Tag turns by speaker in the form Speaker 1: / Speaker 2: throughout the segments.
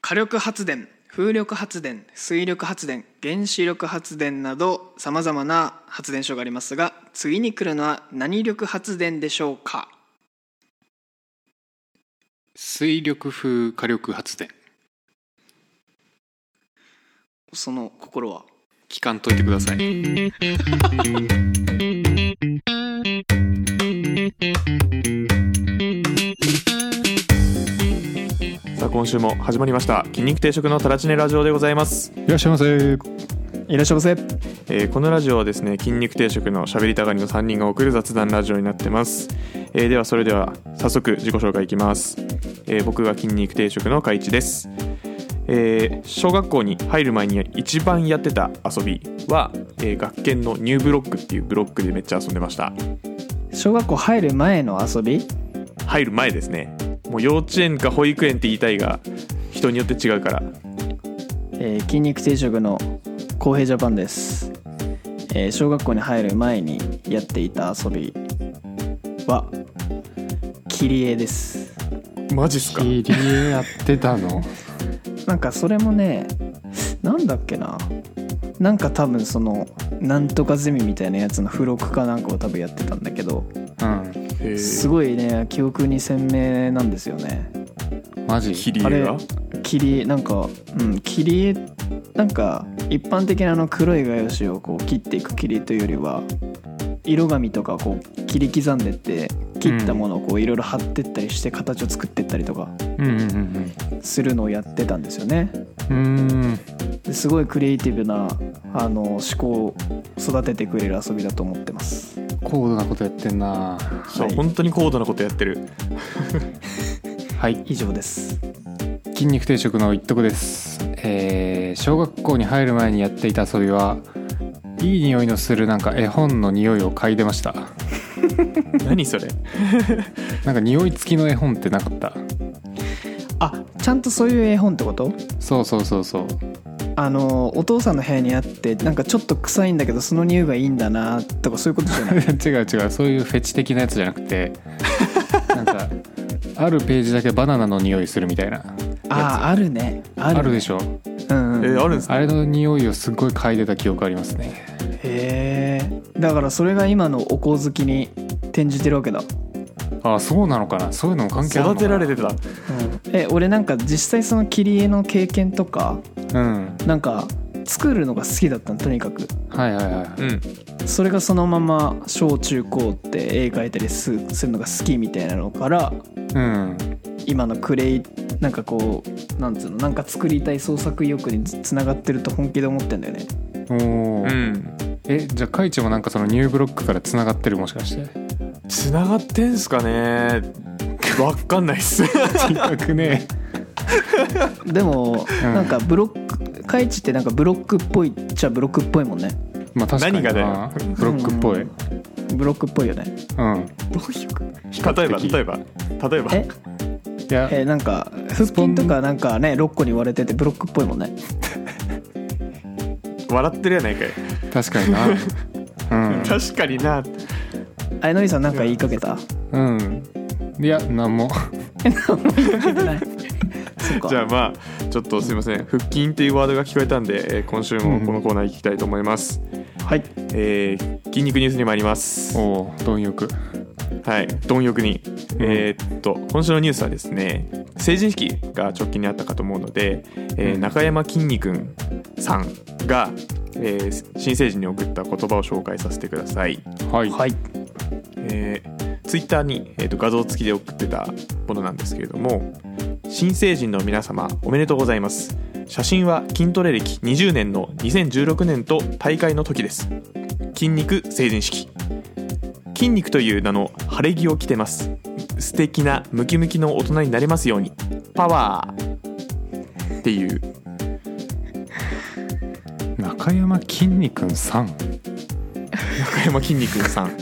Speaker 1: 火力発電風力発電水力発電原子力発電などさまざまな発電所がありますが次に来るのは何力発電でしょうか
Speaker 2: 水力風火力発電
Speaker 1: その心は
Speaker 2: 聞かんといてください
Speaker 3: さあ今週も始まりました筋肉定食のタラチネラジオでございます、
Speaker 4: いらっしゃいませ。
Speaker 5: いらっしゃいませ。
Speaker 3: えーこのラジオはですね筋肉定食のしゃべりたがりの3人が送る雑談ラジオになってます、えーではそれでは早速自己紹介いきます、えー僕が筋肉定食の海地です、えー小学校に入る前に一番やってた遊びは、えー学研のニューブロックっていうブロックでめっちゃ遊んでました
Speaker 5: 小学校入る前の遊び
Speaker 3: 入る前ですねもう幼稚園か保育園って言いたいが人によって違うから
Speaker 5: えー筋肉定食の公平ジャパンです、えー小学校に入る前にやっていた遊びは切り絵です
Speaker 3: マジっすか
Speaker 4: 切り絵やってたの。
Speaker 5: なんかそれもねなんだっけななんか多分そのなんとかゼミみたいなやつの付録かなんかを多分やってたんだけど
Speaker 4: うん。
Speaker 3: え
Speaker 5: すごいね記憶に鮮明なんですよね
Speaker 4: マジ。
Speaker 3: 切り絵が
Speaker 5: あれ切り絵なんかうん切り絵なんか一般的なあの黒い画用紙をこう切っていく切りというよりは色紙とかこう切り刻んでって切ったものをこういろいろ貼ってったりして形を作ってったりとか
Speaker 4: うんうん
Speaker 5: するのをやってたんですよね
Speaker 4: うんうん。うーん。
Speaker 5: ですごいクリエイティブなあの思考を育ててくれる遊びだと思ってます
Speaker 4: 高度なことやってんな。
Speaker 3: そう、
Speaker 5: はい
Speaker 3: 本当に高度なことやってる
Speaker 4: はい。
Speaker 5: 以上です
Speaker 4: 筋肉定食の一徳です。えー、小学校に入る前にやっていた遊びは。いい匂いのするなんか絵本の匂いを嗅いでました。
Speaker 3: 何それ
Speaker 4: なんか匂い付きの絵本ってなかった。
Speaker 5: あちゃんとそういう絵本ってこと
Speaker 4: そうそうそうそう。
Speaker 5: あのお父さんの部屋にあってなんかちょっと臭いんだけどその匂いがいいんだなとかそういうことじゃない
Speaker 4: 違う違うそういうフェチ的なやつじゃなくてなんかあるページだけバナナの匂いするみたいな
Speaker 5: あああるねあ
Speaker 4: あ
Speaker 5: るね
Speaker 4: るでしょ
Speaker 5: うん
Speaker 3: え
Speaker 5: うん、
Speaker 3: あるんですか
Speaker 4: あれの匂いをすっごい嗅いでた記憶ありますね
Speaker 5: へえだからそれが今のお小きに転じてるわけだ、
Speaker 4: あそうなのかなそういうのも関係あるの
Speaker 3: 育
Speaker 4: か
Speaker 3: て
Speaker 4: な
Speaker 3: られてた
Speaker 5: え俺なんか実際その切り絵の経験とか
Speaker 4: うん
Speaker 5: なんか作るのが好きだったのとにかく
Speaker 4: はいはいはい
Speaker 3: うん
Speaker 5: それがそのまま小中高って絵描いたりすするのが好きみたいなのから
Speaker 4: うん
Speaker 5: 今のクレイなんかこうなんつうのなんか作りたい創作意欲につつながってると本気で思ってんだよね
Speaker 4: おお、
Speaker 3: うん
Speaker 4: えじゃあカイチもなんかそのニューブロックからつながってるもしかして
Speaker 3: つながってんすかねわかんないっす
Speaker 4: 違くね
Speaker 5: でも、
Speaker 4: うん
Speaker 5: なんかブロックカイチってなんかブロックっぽいっちゃブロックっぽいもんね
Speaker 4: まあ確かにな
Speaker 3: 何がだ
Speaker 4: ブロックっぽい
Speaker 5: ブロックっぽいよね
Speaker 4: うん
Speaker 3: 例えば
Speaker 4: 比較的
Speaker 3: 例えば例えば
Speaker 5: え
Speaker 4: いや
Speaker 5: えーなんか腹
Speaker 4: スポ
Speaker 5: 筋
Speaker 4: ン
Speaker 5: とかなんかね6個に割れててブロックっぽいもんね
Speaker 3: 笑ってるやないかい
Speaker 4: 確かになうん
Speaker 3: 確かにな
Speaker 5: あれのりさんなんか言いか けた
Speaker 4: うん。いや、なんも。
Speaker 5: そっか
Speaker 3: じゃあまあちょっとすいません腹筋っていうワードが聞こえたんでえー今週もこのコーナー行きたいと思います、
Speaker 5: はい
Speaker 3: えー筋肉ニュースに参ります
Speaker 4: おお、貪欲。
Speaker 3: はい、貪欲に、えーっと今週のニュースはですね成人式が直近にあったかと思うので、えー
Speaker 4: うん
Speaker 3: 中山きんに君さんが、えー新成人に送った言葉を紹介させてください、
Speaker 4: はい。
Speaker 5: はい
Speaker 3: えー、ツイッターに、えーっと画像付きで送ってたものなんですけれども新成人の皆様おめでとうございます写真は筋トレ歴20年の2016年と大会の時です筋肉成人式筋肉という名の晴れ着を着てます素敵なムキムキの大人になれますようにパワーっていう
Speaker 4: 中山きんに君さん。
Speaker 3: 中山きんに君さん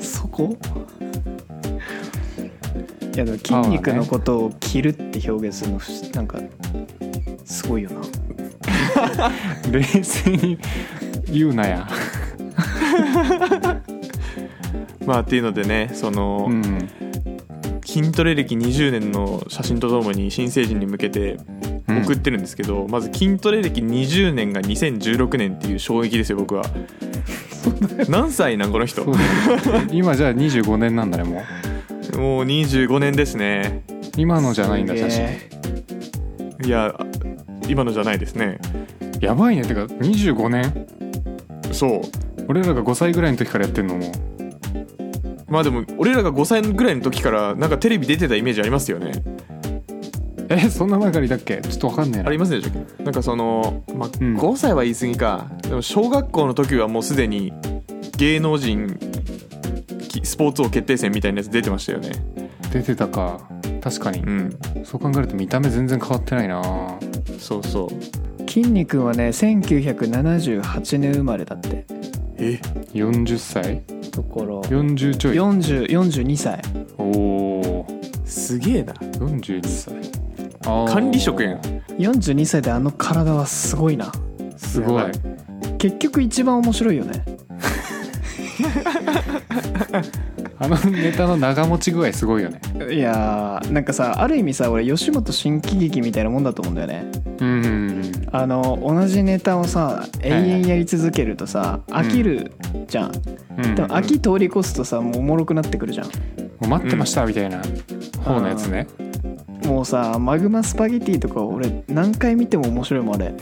Speaker 5: そこいやでも筋肉のことを「切る」って表現するの不思なんかすごいよな
Speaker 4: 冷静に言うなや。
Speaker 3: まあっていうのでねその、
Speaker 4: うん。
Speaker 3: 筋筋トレ歴20年の写真とともに新成人に向けて
Speaker 4: うん
Speaker 3: 送ってるんですけど、まず筋トレ歴20年が2016年っていう衝撃ですよ僕 は何歳なんこの人
Speaker 4: そう
Speaker 3: もう
Speaker 4: だね 今じゃあ25年なんだねもう
Speaker 3: 25年ですね
Speaker 4: 今のじゃないんだ
Speaker 5: すげ
Speaker 4: 写
Speaker 5: え
Speaker 4: 真
Speaker 3: いや今のじゃないですね
Speaker 4: やばいねてか25年
Speaker 3: そう
Speaker 4: 俺らが5歳ぐらいの時からやってんのもう
Speaker 3: まあでも俺らが5歳ぐらいの時からなんかテレビ出てたイメージありますよね
Speaker 4: えそんな前からいたっけちょっとわかんねえな
Speaker 3: ありますでしょなんかその、まあ、
Speaker 4: うん
Speaker 3: 5歳は言い過ぎか、でも小学校の時はもうすでに芸能人きスポーツ王決定戦みたいなやつ出てましたよね
Speaker 4: 出てたか確かに、
Speaker 3: うん
Speaker 4: そう考えると見た目全然変わってないな
Speaker 3: そうそう
Speaker 5: 筋肉はね1978年生まれだって
Speaker 3: え
Speaker 4: 40歳
Speaker 5: ところ
Speaker 4: 40ちょい
Speaker 5: 40 42歳
Speaker 4: おおー
Speaker 3: すげえな
Speaker 4: 42歳あー
Speaker 3: 管理職やん
Speaker 5: 42歳であの体はすごいな
Speaker 4: すごい
Speaker 3: やばい
Speaker 5: 結局一番面白いよね
Speaker 4: あのネタの長持ち具合すごいよね
Speaker 5: いやーなんかさある意味さ俺吉本新喜劇みたいなもんだと思うんだよね
Speaker 4: うんうん
Speaker 5: あの同じネタをさ永
Speaker 4: いはい
Speaker 5: 遠やり続けるとさ、飽きるじゃん、
Speaker 4: うんうん
Speaker 5: でも飽き通り越すとさもうおもろくなってくるじゃん
Speaker 4: もう待ってましたみたいな方のやつね、
Speaker 5: もうさマグマスパゲティとか俺何回見ても面白いもんあ れ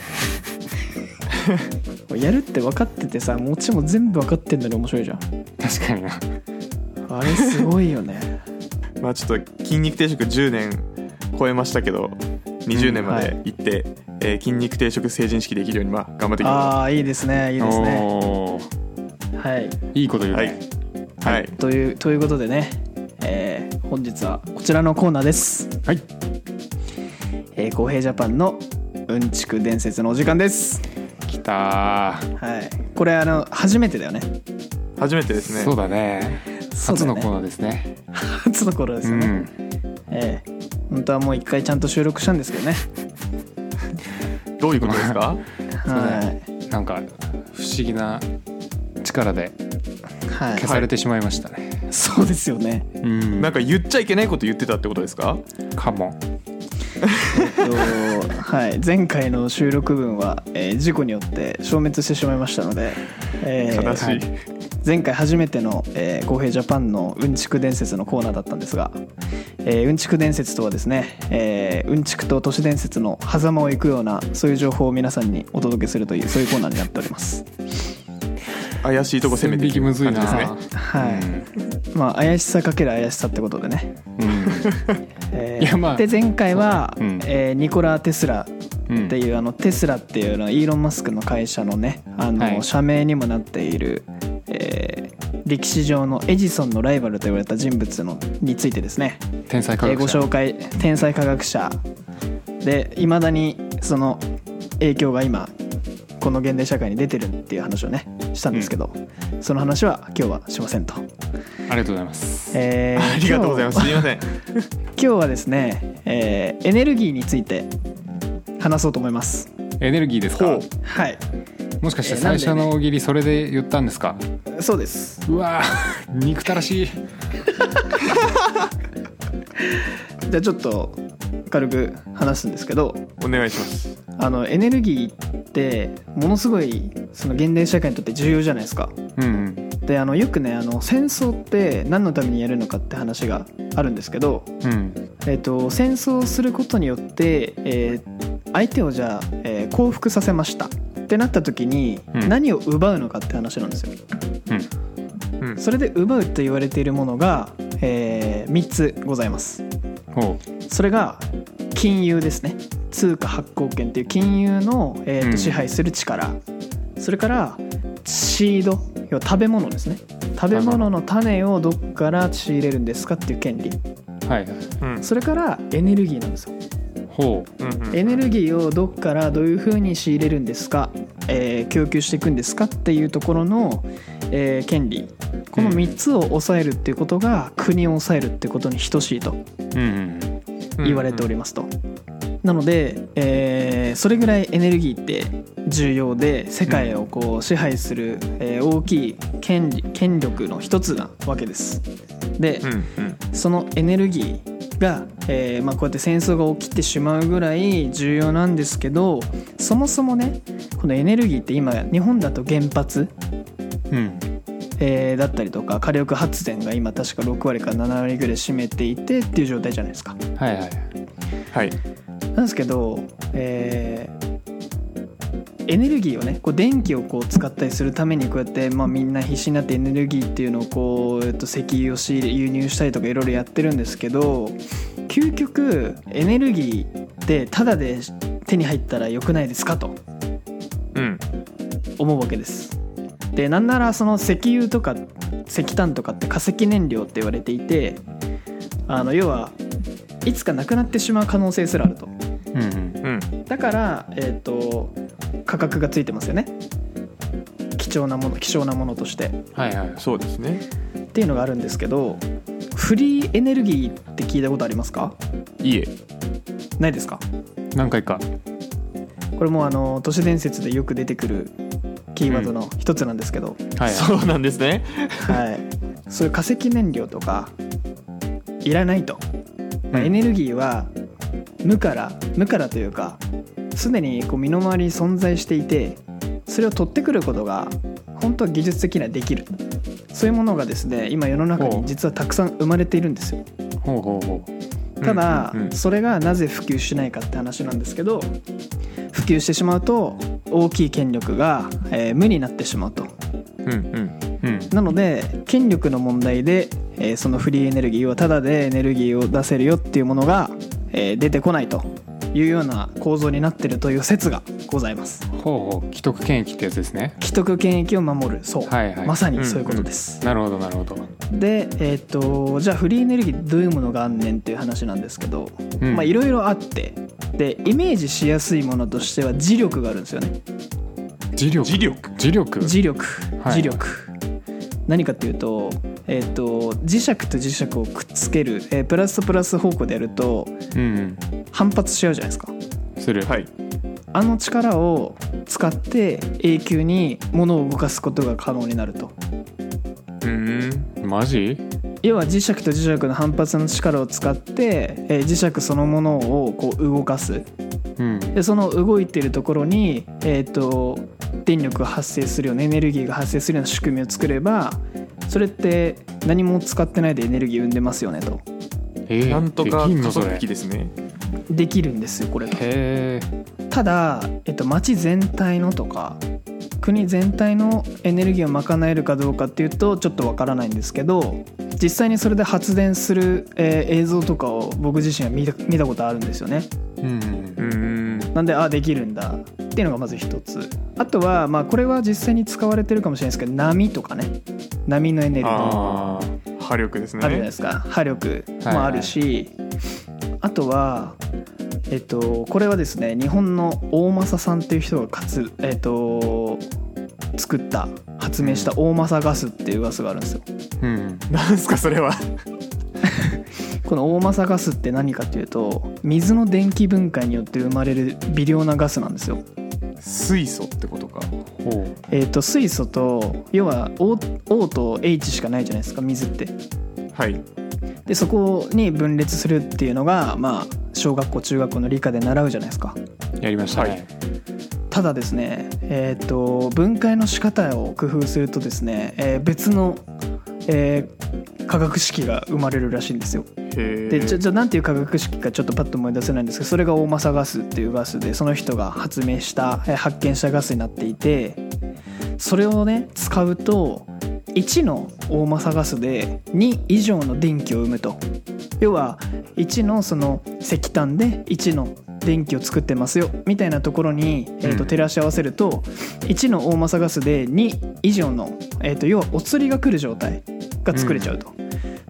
Speaker 5: やるって分かっててさもちも全部分かってんのに面白いじゃん
Speaker 4: 確かにな
Speaker 5: あれすご いよね
Speaker 3: まあちょっと筋肉定食10年超えましたけど20年ま
Speaker 5: うん
Speaker 3: で行って、えー筋肉定食成人式できるようにまあ頑張っていきま
Speaker 5: ああいいですねいいですね
Speaker 4: おー
Speaker 5: はい
Speaker 4: いいこと言うね、
Speaker 3: はいすはい
Speaker 5: というということでね、えー本日はこちらのコーナーです
Speaker 4: はい
Speaker 5: えー、公平ジャパンのうんちく伝説のお時間です。
Speaker 4: きたー
Speaker 5: はい、これあの初めてだよね。
Speaker 3: 初めてですね
Speaker 4: そうだね初のコー
Speaker 5: ー
Speaker 4: ナーですね
Speaker 5: ナー。初のコーナーで
Speaker 4: う
Speaker 5: すよね。
Speaker 4: ん
Speaker 5: ええ本当はもう一回ちゃんと収録したんですけどね。
Speaker 3: どういうことですか
Speaker 5: は
Speaker 4: なんか不思議な力で
Speaker 5: い。は
Speaker 4: 消されてしまいましたね、
Speaker 5: い。そうですよね。
Speaker 4: うん
Speaker 3: なんか言っちゃいけないこと言ってたってことですか
Speaker 4: かも
Speaker 5: えっと、はい、前回の収録分は、えー事故によって消滅してしまいましたので。えー
Speaker 3: 悲しい、
Speaker 5: は前回初めての「えー公平ジャパン」のうんちく伝説のコーナーだったんですが、えーうんちく伝説とはですね、えーうんちくと都市伝説の狭間を行くようなそういう情報を皆さんにお届けするというそういうコーナーになっております
Speaker 3: 怪しいとこ攻めてい
Speaker 4: 線引き
Speaker 3: く
Speaker 4: む
Speaker 3: 感
Speaker 4: ずい
Speaker 3: じ
Speaker 4: な
Speaker 3: ですね
Speaker 5: はい、まあ怪しさかける怪しさってことでね、えー
Speaker 4: いやまあ
Speaker 5: で前回は、
Speaker 4: そうだねうん
Speaker 5: えーニコラ・テスラ
Speaker 4: うん、うん
Speaker 5: っていうあのテスラっていうのはイーロン・マスクの会社のねあの、
Speaker 4: はい
Speaker 5: 社名にもなっている、えー歴史上のエジソンのライバルと言われた人物のについてですね、
Speaker 4: 天才
Speaker 5: え
Speaker 4: 科
Speaker 5: ー
Speaker 4: 学
Speaker 5: ご
Speaker 4: 者
Speaker 5: 紹介天才科学者でいまだにその影響が今この現代社会に出てるっていう話をねしたんですけど、その話は今日はしませんと、
Speaker 4: ありがとうございます
Speaker 5: えー
Speaker 3: ありがとうございます
Speaker 5: 今
Speaker 3: すいません
Speaker 5: 日今日はですね、えーエネルギーについて話そうと思います
Speaker 4: エネルギーです
Speaker 3: ほ
Speaker 4: か
Speaker 3: う
Speaker 5: はい
Speaker 4: もしかして最初の大喜利それで言ったんですか、
Speaker 5: そうです
Speaker 4: うわー憎たらしい
Speaker 5: じゃあちょっと軽く話すんですけど
Speaker 3: お願いします
Speaker 5: あのエネルギーってものすごいその現代社会にとって重要じゃないですか
Speaker 4: うんうん
Speaker 5: であのよくねあの戦争って何のためにやるのかって話があるんですけど、
Speaker 4: うん
Speaker 5: えっと戦争をすることによって、えー相手をじゃあ、えー降伏させましたってなった時に
Speaker 4: うん
Speaker 5: 何を奪うのかって話なんですよ、
Speaker 4: うん
Speaker 3: うん
Speaker 5: それで奪うと言われているものが、え3つございます
Speaker 4: ほ
Speaker 5: それが金融ですね通貨発行権っていう金融の、えーと
Speaker 4: うん
Speaker 5: 支配する力、それからシード要は食べ物ですね食べ物の種をどっから仕入れるんですかっていう権利
Speaker 4: うはい
Speaker 3: うん
Speaker 5: それからエネルギーなんですよ
Speaker 4: ほ
Speaker 3: うんうん
Speaker 5: エネルギーをどっからどういうふうに仕入れるんですか、えー供給していくんですかっていうところの、えー権利この3つを抑えるっていうことが国を抑えるってことに等しいと
Speaker 4: ううん
Speaker 5: 言われておりますと。なので、えーそれぐらいエネルギーって重要で世界をこう支配する、えー大きい権利権力の一つなわけです。で、
Speaker 3: うんうん
Speaker 5: そのエネルギーが、えーまあ、こうやって戦争が起きてしまうぐらい重要なんですけどそもそもねこのエネルギーって今日本だと原発、
Speaker 4: うん
Speaker 5: えーだったりとか火力発電が今確か6割から7割ぐらい占めていてっていう状態じゃないですか。
Speaker 4: はいはい
Speaker 3: はい
Speaker 5: なんですけど、えーエネルギーをねこう電気をこう使ったりするためにこうやって、まあ、みんな必死になってエネルギーっていうのをこう、えっと、石油を仕入れ輸入したりとかいろいろやってるんですけど究極エネルギーってただで手に入ったら良くないですかと
Speaker 3: うん
Speaker 5: 思うわけです。でなんならその石油とか石炭とかって化石燃料って言われていてあの要はいつかなくなってしまう可能性すらあると。
Speaker 4: うんうん
Speaker 3: うん
Speaker 5: だから、えー、と価格がついてますよね貴重なもの希少なものとしてっ
Speaker 4: はいはい
Speaker 3: そうですね
Speaker 5: ていうのがあるんですけどフリーエネルギーって聞いたことありますか
Speaker 3: いいえ
Speaker 5: ないですか
Speaker 4: 何回か
Speaker 5: これもあの都市伝説でよく出てくるキーワードの一つなんですけど、
Speaker 4: はいはい
Speaker 3: そうなんですね
Speaker 5: はい、そういう化石燃料とかいらないと、まあ
Speaker 4: うん
Speaker 5: エネルギーは無から無からというかすでにこう身の回りに存在していてそれを取ってくることが本当は技術的にはできるそういうものがですね今世の中
Speaker 4: ほ
Speaker 5: に
Speaker 4: う
Speaker 5: 実はたくさん生まれているんですよ
Speaker 4: ほうほうほ
Speaker 5: ただ、
Speaker 3: うんうんうん
Speaker 5: それがなぜ普及しないかって話なんですけど普及してしまうと大きい権力が、えー無になってしまうと
Speaker 3: うんうん
Speaker 4: ううん
Speaker 5: なので権力の問題で、えーそのフリーエネルギーはタダでエネルギーを出せるよっていうものが、えー出てこないというような構造になってるという説がございます
Speaker 4: ほうほう既得権益ってやつですね
Speaker 5: 既得権益を守るそう、
Speaker 4: はいはい
Speaker 5: まさにそういうことです、
Speaker 4: なるほどなるほど、
Speaker 5: でえーっとじゃあフリーエネルギーどういうものがあんねんっていう話なんですけど、
Speaker 4: うん、
Speaker 5: まあいろいろあってでイメージしやすいものとしては磁力があるんですよね
Speaker 4: 磁力
Speaker 3: 磁力
Speaker 4: 磁力
Speaker 5: 磁力
Speaker 4: はい
Speaker 5: 磁力、何かっていうと,、えー、と磁石と磁石をくっつける、えープラスとプラス方向でやると
Speaker 4: うん
Speaker 5: 反発し合うじゃないですか
Speaker 4: うんする
Speaker 3: はい
Speaker 5: あの力を使って永久に物を動かすことが可能になると
Speaker 3: うん
Speaker 4: マジ
Speaker 5: 要は磁石と磁石の反発の力を使って、えー磁石そのものをこう動かす
Speaker 4: うん
Speaker 5: でその動いてるところに、えー、と電力が発生するようなエネルギーが発生するような仕組みを作ればそれって何も使ってないでエネルギー生んでますよねと
Speaker 4: えー
Speaker 3: なんとか
Speaker 4: できんの
Speaker 3: 加
Speaker 4: そ
Speaker 3: 速
Speaker 4: れ
Speaker 3: 器ですね
Speaker 5: できるんですよこれが
Speaker 4: へえ
Speaker 5: ただ、えっと、町全体のとか国全体のエネルギーを賄えるかどうかっていうとちょっとわからないんですけど実際にそれで発電する、えー映像とかを僕自身は見た見たことあるんですよね
Speaker 4: う
Speaker 3: う
Speaker 4: んうん
Speaker 3: ん
Speaker 5: なんであできるんだっていうのがまず一つあとはまあこれは実際に使われてるかもしれないですけど波とかね波のエネルギーあ
Speaker 3: ああ波力ですね
Speaker 5: るじゃないですか波力もあるし、あとはえっとこれはですね日本の大政さんっていう人がかつ、えっと、作った発明した大政ガスっていうガスがあるんですよ
Speaker 4: うん
Speaker 3: なんすかそれは
Speaker 5: この大政ガスって何かっていうと水の電気分解によって生まれる微量なガスなんですよ
Speaker 3: 水素ってことか
Speaker 4: ほう
Speaker 5: えー、と水素と要は O, o と H しかないじゃないですか水って
Speaker 3: はい
Speaker 5: でそこに分裂するっていうのが、まあ、小学校中学校の理科で習うじゃないですか
Speaker 4: やりましたね、
Speaker 3: はい
Speaker 5: ただですね、えー、と分解の仕方を工夫するとですね、えー別の、えー化学式が生まれるらしいんですよ
Speaker 3: へえ
Speaker 5: でじゃじゃあなんていう化学式かちょっとパッと思い出せないんですけどそれが大政ガスっていうガスでその人が発明したえー発見したガスになっていてそれをね使うと1の大政ガスで2以上の電気を生むと要は1のその石炭で1の電気を作ってますよみたいなところに、えーと
Speaker 3: うん
Speaker 5: 照らし合わせると1の大政ガスで2以上の、えー、と要はお釣りが来る状態が作れちゃうと。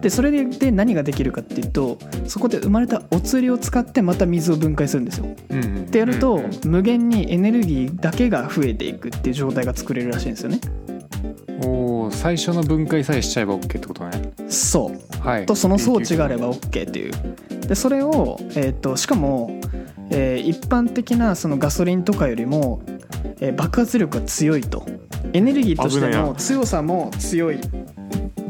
Speaker 5: でそれで何ができるかっていうとそこで生まれたお釣りを使ってまた水を分解するんですよ。っ
Speaker 4: うんうん
Speaker 5: てやると、
Speaker 3: うんう
Speaker 5: 無限にエネルギーだけが増えていくっていう状態が作れるらしいんですよね。
Speaker 4: おお最初の分解さえしちゃえば OK ってことね
Speaker 5: そう
Speaker 4: はい
Speaker 5: とその装置があれば OK っていうでそれを、えー、としかも、えー一般的なそのガソリンとかよりも、えー爆発力が強いとエネルギーとして
Speaker 3: 危ない
Speaker 5: の
Speaker 3: な
Speaker 5: 強さも強いっ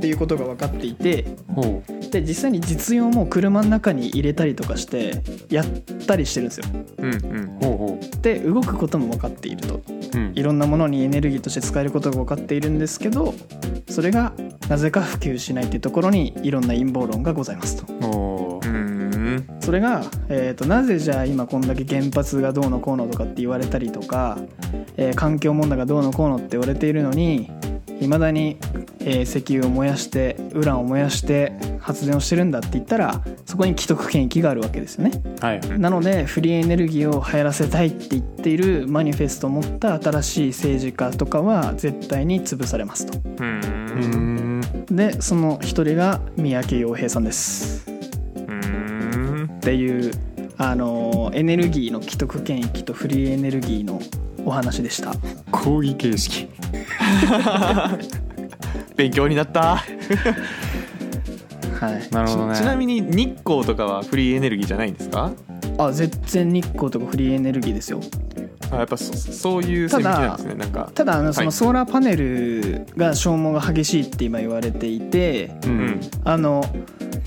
Speaker 5: ていうことが分かっていて
Speaker 4: ほう
Speaker 5: で実際に実用も車の中に入れたりとかしてやったりしてるんですよ
Speaker 3: うんうん
Speaker 4: ほうほ
Speaker 5: で動くことも分かっていると
Speaker 4: ううん
Speaker 5: いろんなものにエネルギーとして使えることが分かっているんですけどそれがなぜか普及しないっていうところにいろんな陰謀論がございますと
Speaker 4: おー
Speaker 3: うん
Speaker 5: それが、えー、となぜじゃあ今こんだけ原発がどうのこうのとかって言われたりとか、えー環境問題がどうのこうのって言われているのにいまだに、えー石油を燃やしてウランを燃やして発電をしてるんだって言ったらそこに既得権益があるわけですよね
Speaker 4: はい
Speaker 5: なのでフリーエネルギーを流行らせたいって言っているマニフェストを持った新しい政治家とかは絶対に潰されますと
Speaker 3: う
Speaker 4: うんん
Speaker 5: でその一人が三宅洋平さんです
Speaker 3: うん
Speaker 5: っていうあのエネルギーの既得権益とフリーエネルギーのお話でした
Speaker 4: 講義形式
Speaker 3: 勉強になった
Speaker 5: はい
Speaker 4: なるほどね
Speaker 3: ちなみに日光とかはフリーエネルギーじゃないんですか
Speaker 5: あ絶然日光とかフリーエネルギーですよ
Speaker 3: あやっぱそそういう線引きなんですねなんか
Speaker 5: ただあのそ
Speaker 3: は
Speaker 5: の
Speaker 3: い
Speaker 5: ソーラーパネルが消耗が激しいって今言われていて、
Speaker 3: うん
Speaker 5: あの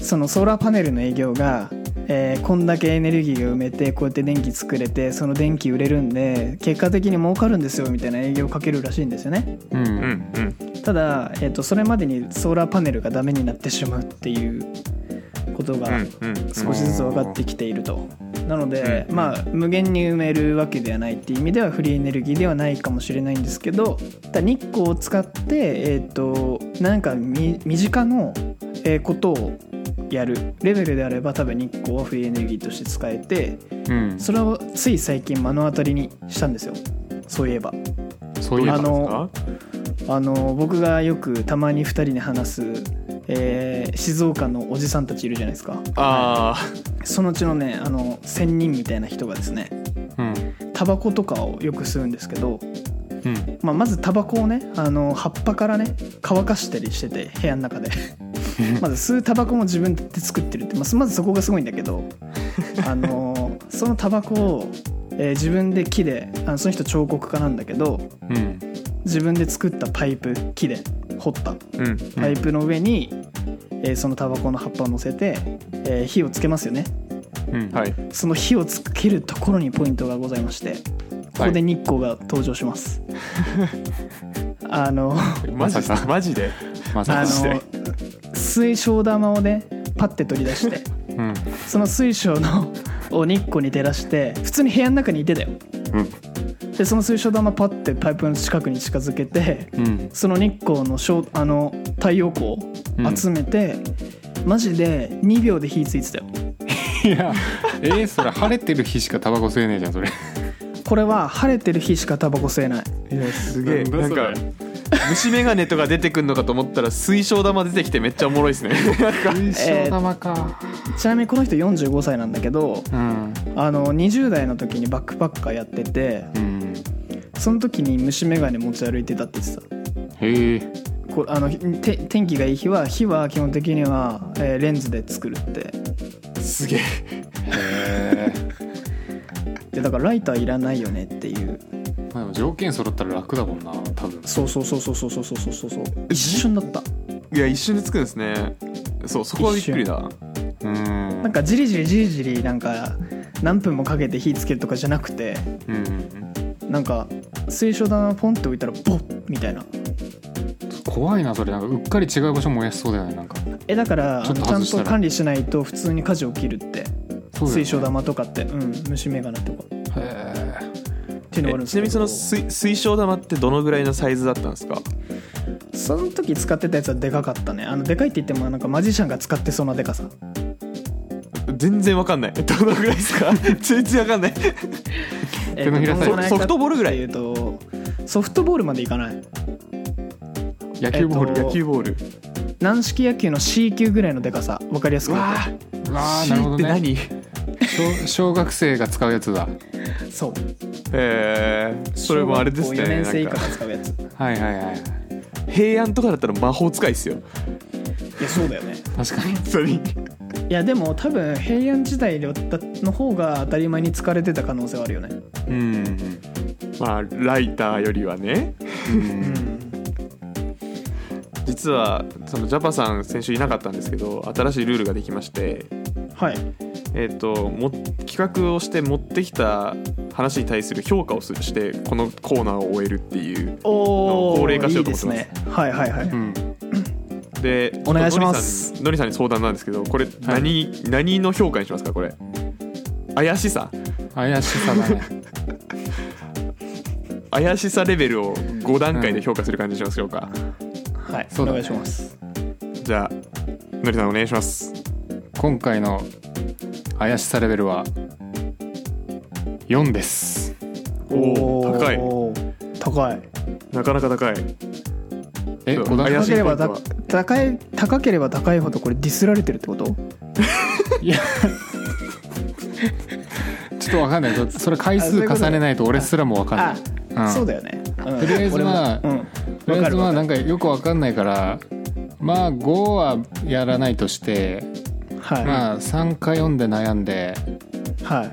Speaker 5: そのソーラーパネルの営業が、えーこんだけエネルギーが埋めてこうやって電気作れてその電気売れるんで結果的に儲かるんですよみたいな営業をかけるらしいんですよね
Speaker 4: う
Speaker 3: うんんうん
Speaker 5: ただ、えー、とそれまでにソーラーパネルがダメになってしまうっていうことが
Speaker 3: うんうん
Speaker 5: 少しずつ分かってきていると、なので、まあ無限に埋めるわけではないっていう意味ではフリーエネルギーではないかもしれないんですけどただ日光を使ってえっ、となんかみ身近の、えーことをやるレベルであれば多分日光はフリーエネルギーとして使えて
Speaker 4: うん
Speaker 5: それをつい最近目の当たりにしたんですよそういえば
Speaker 4: そういえ
Speaker 5: あ
Speaker 4: ば
Speaker 5: のあの僕がよくたまに2人で話す、えー静岡のおじさんたちいるじゃないですか
Speaker 3: あ
Speaker 5: そのうちのねあの仙人みたいな人がですね
Speaker 4: うん
Speaker 5: タバコとかをよく吸うんですけど、
Speaker 4: うん
Speaker 5: まあ、まずタバコをねあの葉っぱからね乾かしたりしてて部屋の中でまず吸うタバコも自分で作ってるって、まあまずそこがすごいんだけどあのそのタバコを、えー自分で木であのその人彫刻家なんだけど
Speaker 4: うん
Speaker 5: 自分で作ったパイプ木で掘った
Speaker 3: ーうん
Speaker 5: パイプの上に、えーそのタバコの葉っぱを乗せて、えー火をつけますよね
Speaker 4: うん
Speaker 3: はい
Speaker 5: その火をつけるところにポイントがございましてここで日光が登場し ます、あの
Speaker 3: マジ
Speaker 4: まさか
Speaker 3: マジで
Speaker 4: ま
Speaker 5: あ
Speaker 4: さか
Speaker 5: の水晶玉をねパッて取り出して
Speaker 4: うん
Speaker 5: その水晶のを日光に照らして普通に部屋の中にいてだよ、でその水晶玉パッてパイプの近くに近づけて
Speaker 4: うん
Speaker 5: その日光の照あの太陽光を集めて、マジで2秒で火ついてたよ
Speaker 4: いやえー、それ晴れてる日しかタバコ吸えねえじゃんそれ
Speaker 5: これは晴れてる日しかタバコ吸えない
Speaker 3: いやすげえ
Speaker 4: な
Speaker 3: なんん
Speaker 4: だ
Speaker 3: か虫眼鏡とか出てくんのかと思ったら水晶玉出てきてめっちゃおもろいです ね
Speaker 4: 水
Speaker 5: 晶
Speaker 4: 玉か、
Speaker 5: ちなみにこの人45歳なんだけど
Speaker 4: うん
Speaker 5: あの20代の時にバックパッカーやってて
Speaker 4: うん
Speaker 5: その時に虫眼鏡持ち歩いてたって言ってた
Speaker 4: へえ
Speaker 5: こあのて天気がいい日は火は基本的には、えーレンズで作るって
Speaker 3: すげえ
Speaker 4: へ
Speaker 5: でだからライターいらないよねっていう
Speaker 4: えまあでも条件揃ったら楽だもんな多分
Speaker 5: そうそうそうそうそうそうそうそうそう一瞬だった
Speaker 3: いや一瞬でつくんですねそうそこはびっくりだ
Speaker 4: うん
Speaker 5: なんかじりじりじりじりなんか何分もかけて火つけるとかじゃなくて
Speaker 4: うん
Speaker 5: なんか水晶玉ポンって置いたらボッみたいな
Speaker 4: 怖いなそれなんかうっかり違う場所燃やしそうだよねなんか
Speaker 5: えだからあ
Speaker 4: ちょ
Speaker 5: の
Speaker 4: っと
Speaker 5: ちゃん
Speaker 4: 外したら
Speaker 5: と管理しないと普通に火事起きるって
Speaker 4: そうだよね
Speaker 5: 水晶玉とかって、うん、虫眼鏡とかっ
Speaker 4: へえ
Speaker 5: ていうのがあるん
Speaker 3: え
Speaker 5: で
Speaker 3: ち
Speaker 5: すけ
Speaker 3: なみにその
Speaker 5: ど
Speaker 3: 水水晶玉ってどのぐらいのサイズだったんですか
Speaker 5: その時使ってたやつはでかかったねあのでかいって言ってもなんかマジシャンが使ってそうなでかさ
Speaker 3: 全然わかんない どのぐらいで すか全然わかんない
Speaker 5: え
Speaker 4: 手のひらサイズ
Speaker 5: どのぐらいか
Speaker 3: ソフトボールぐらい
Speaker 5: っていうとソフトボールまでいかない
Speaker 4: 野球ボール、
Speaker 5: えっと
Speaker 3: 野球ボール
Speaker 5: 軟式野球の C 級ぐらいのでかさ分かりやすく言う
Speaker 3: わあ
Speaker 4: うわあ
Speaker 3: C
Speaker 4: なるほ
Speaker 3: っ
Speaker 4: ど
Speaker 3: て
Speaker 4: ね
Speaker 3: 何
Speaker 4: 小小学生が使うやつだ
Speaker 5: とそう
Speaker 3: えー、それもあれですね
Speaker 5: 小学校4年生以
Speaker 3: な
Speaker 5: 下が
Speaker 3: んか
Speaker 5: 使うやつ
Speaker 4: はいはいはい
Speaker 3: 平安とかだったら魔法使いっすよ
Speaker 5: いやそうだよね
Speaker 4: 確かに
Speaker 3: そ れに
Speaker 5: いやでも多分平安時代だったの方が当たり前に使われてた可能性はあるよね
Speaker 4: うん
Speaker 3: まあライターよりはね
Speaker 5: うん
Speaker 3: 実はそのジャパさん先週いなかったんですけど新しいルールができまして、
Speaker 5: はい
Speaker 3: えー、とも企画をして持ってきた話に対する評価をすしてこのコーナーを終えるっていう
Speaker 5: おお
Speaker 3: 高齢化しよう
Speaker 5: で
Speaker 3: と思って
Speaker 5: す
Speaker 3: ます
Speaker 5: ねはいはいはい、
Speaker 4: うん
Speaker 3: で
Speaker 5: お願いします
Speaker 3: のりさんにのりさんに相談なんですけどこれ何,、何の評価にしますかこれ怪しさ
Speaker 4: 怪しさだね
Speaker 3: 怪しさレベルを5段階で評価する感じにしましょうか、
Speaker 5: はい
Speaker 4: そ
Speaker 5: お
Speaker 4: うだ
Speaker 5: 願い
Speaker 4: ね
Speaker 5: します
Speaker 3: じゃあのりさんお願いします
Speaker 4: 今回の怪しさレベルは4です
Speaker 3: おお
Speaker 5: ー
Speaker 3: 高い
Speaker 5: 高い
Speaker 3: なかなか高い
Speaker 4: え
Speaker 3: そう
Speaker 4: 五段階
Speaker 3: 怪
Speaker 5: 高
Speaker 3: し
Speaker 5: け
Speaker 3: い
Speaker 5: れ
Speaker 3: ポイ
Speaker 5: ばた
Speaker 3: ントは
Speaker 5: 高い高ければ高いほどこれディスられてるってこと
Speaker 4: いやちょっとわか んないそそれ回数重ねないと俺すらもわかんない
Speaker 5: あ、
Speaker 4: うん
Speaker 5: そうだよね、うん
Speaker 4: とりあえずまあ
Speaker 5: 俺も
Speaker 4: とりあえずまあ
Speaker 5: わかるわかる
Speaker 4: なんかよくわかんないからまあ5はやらないとして
Speaker 5: うんはい、
Speaker 4: まあ3か4で悩んで
Speaker 5: はい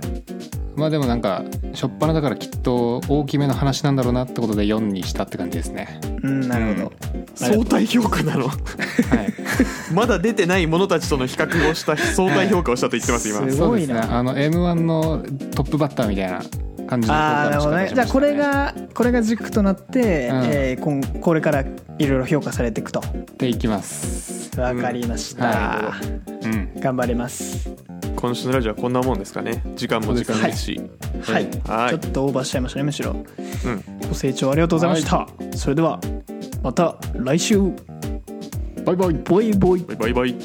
Speaker 4: まあでもなんか初っ端だからきっと大きめの話なんだろうなってことで4にしたって感じですね
Speaker 5: うんなるほど、
Speaker 3: 相対評価 なの
Speaker 4: はい
Speaker 3: まだ出てない者たちとの比較をした相対評価をしたと言ってます今
Speaker 5: す
Speaker 4: そう
Speaker 5: ご
Speaker 4: で
Speaker 5: い
Speaker 4: す
Speaker 5: な
Speaker 4: ねあの m 1のトップバッターみたいな感じの
Speaker 5: ああなるほど
Speaker 4: の
Speaker 5: ねじゃあこれがこれが軸となって、
Speaker 4: うん
Speaker 5: えーこんこれからいろいろ評価されていくと
Speaker 4: っていきます
Speaker 5: わかりました、
Speaker 4: うん
Speaker 5: 頑張ります
Speaker 3: 今週のラジオはこんなもんですかね時間も時間ですし、
Speaker 5: はい、
Speaker 3: はい
Speaker 5: ちょっとオーバーしちゃいましたねむしろ、
Speaker 3: ん
Speaker 5: ご清聴ありがとうございました、それではまた来週
Speaker 4: バイバイ
Speaker 5: ボイボイ
Speaker 3: バイバイ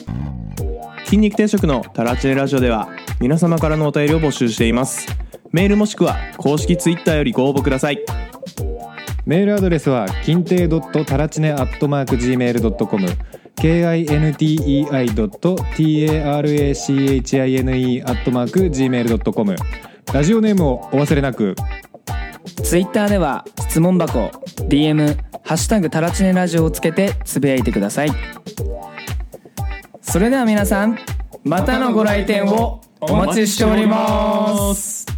Speaker 6: 筋肉定食のタラチネラジオでは皆様からのお便りを募集していますメールもしくは公式ツイッターよりご応募ください
Speaker 7: メールアドレスは金亭ドットタラチネアットマーク gmail ドットコム k i n t e i ドット t a r a c h i n e アットマーク gmail ドットコムラジオネームをお忘れなく。
Speaker 8: ツイッターでは質問箱 DM「ハッシュタグタラチネラジオ」をつけてつぶやいてくださいそれでは皆さんまたのご来店をお待ちしております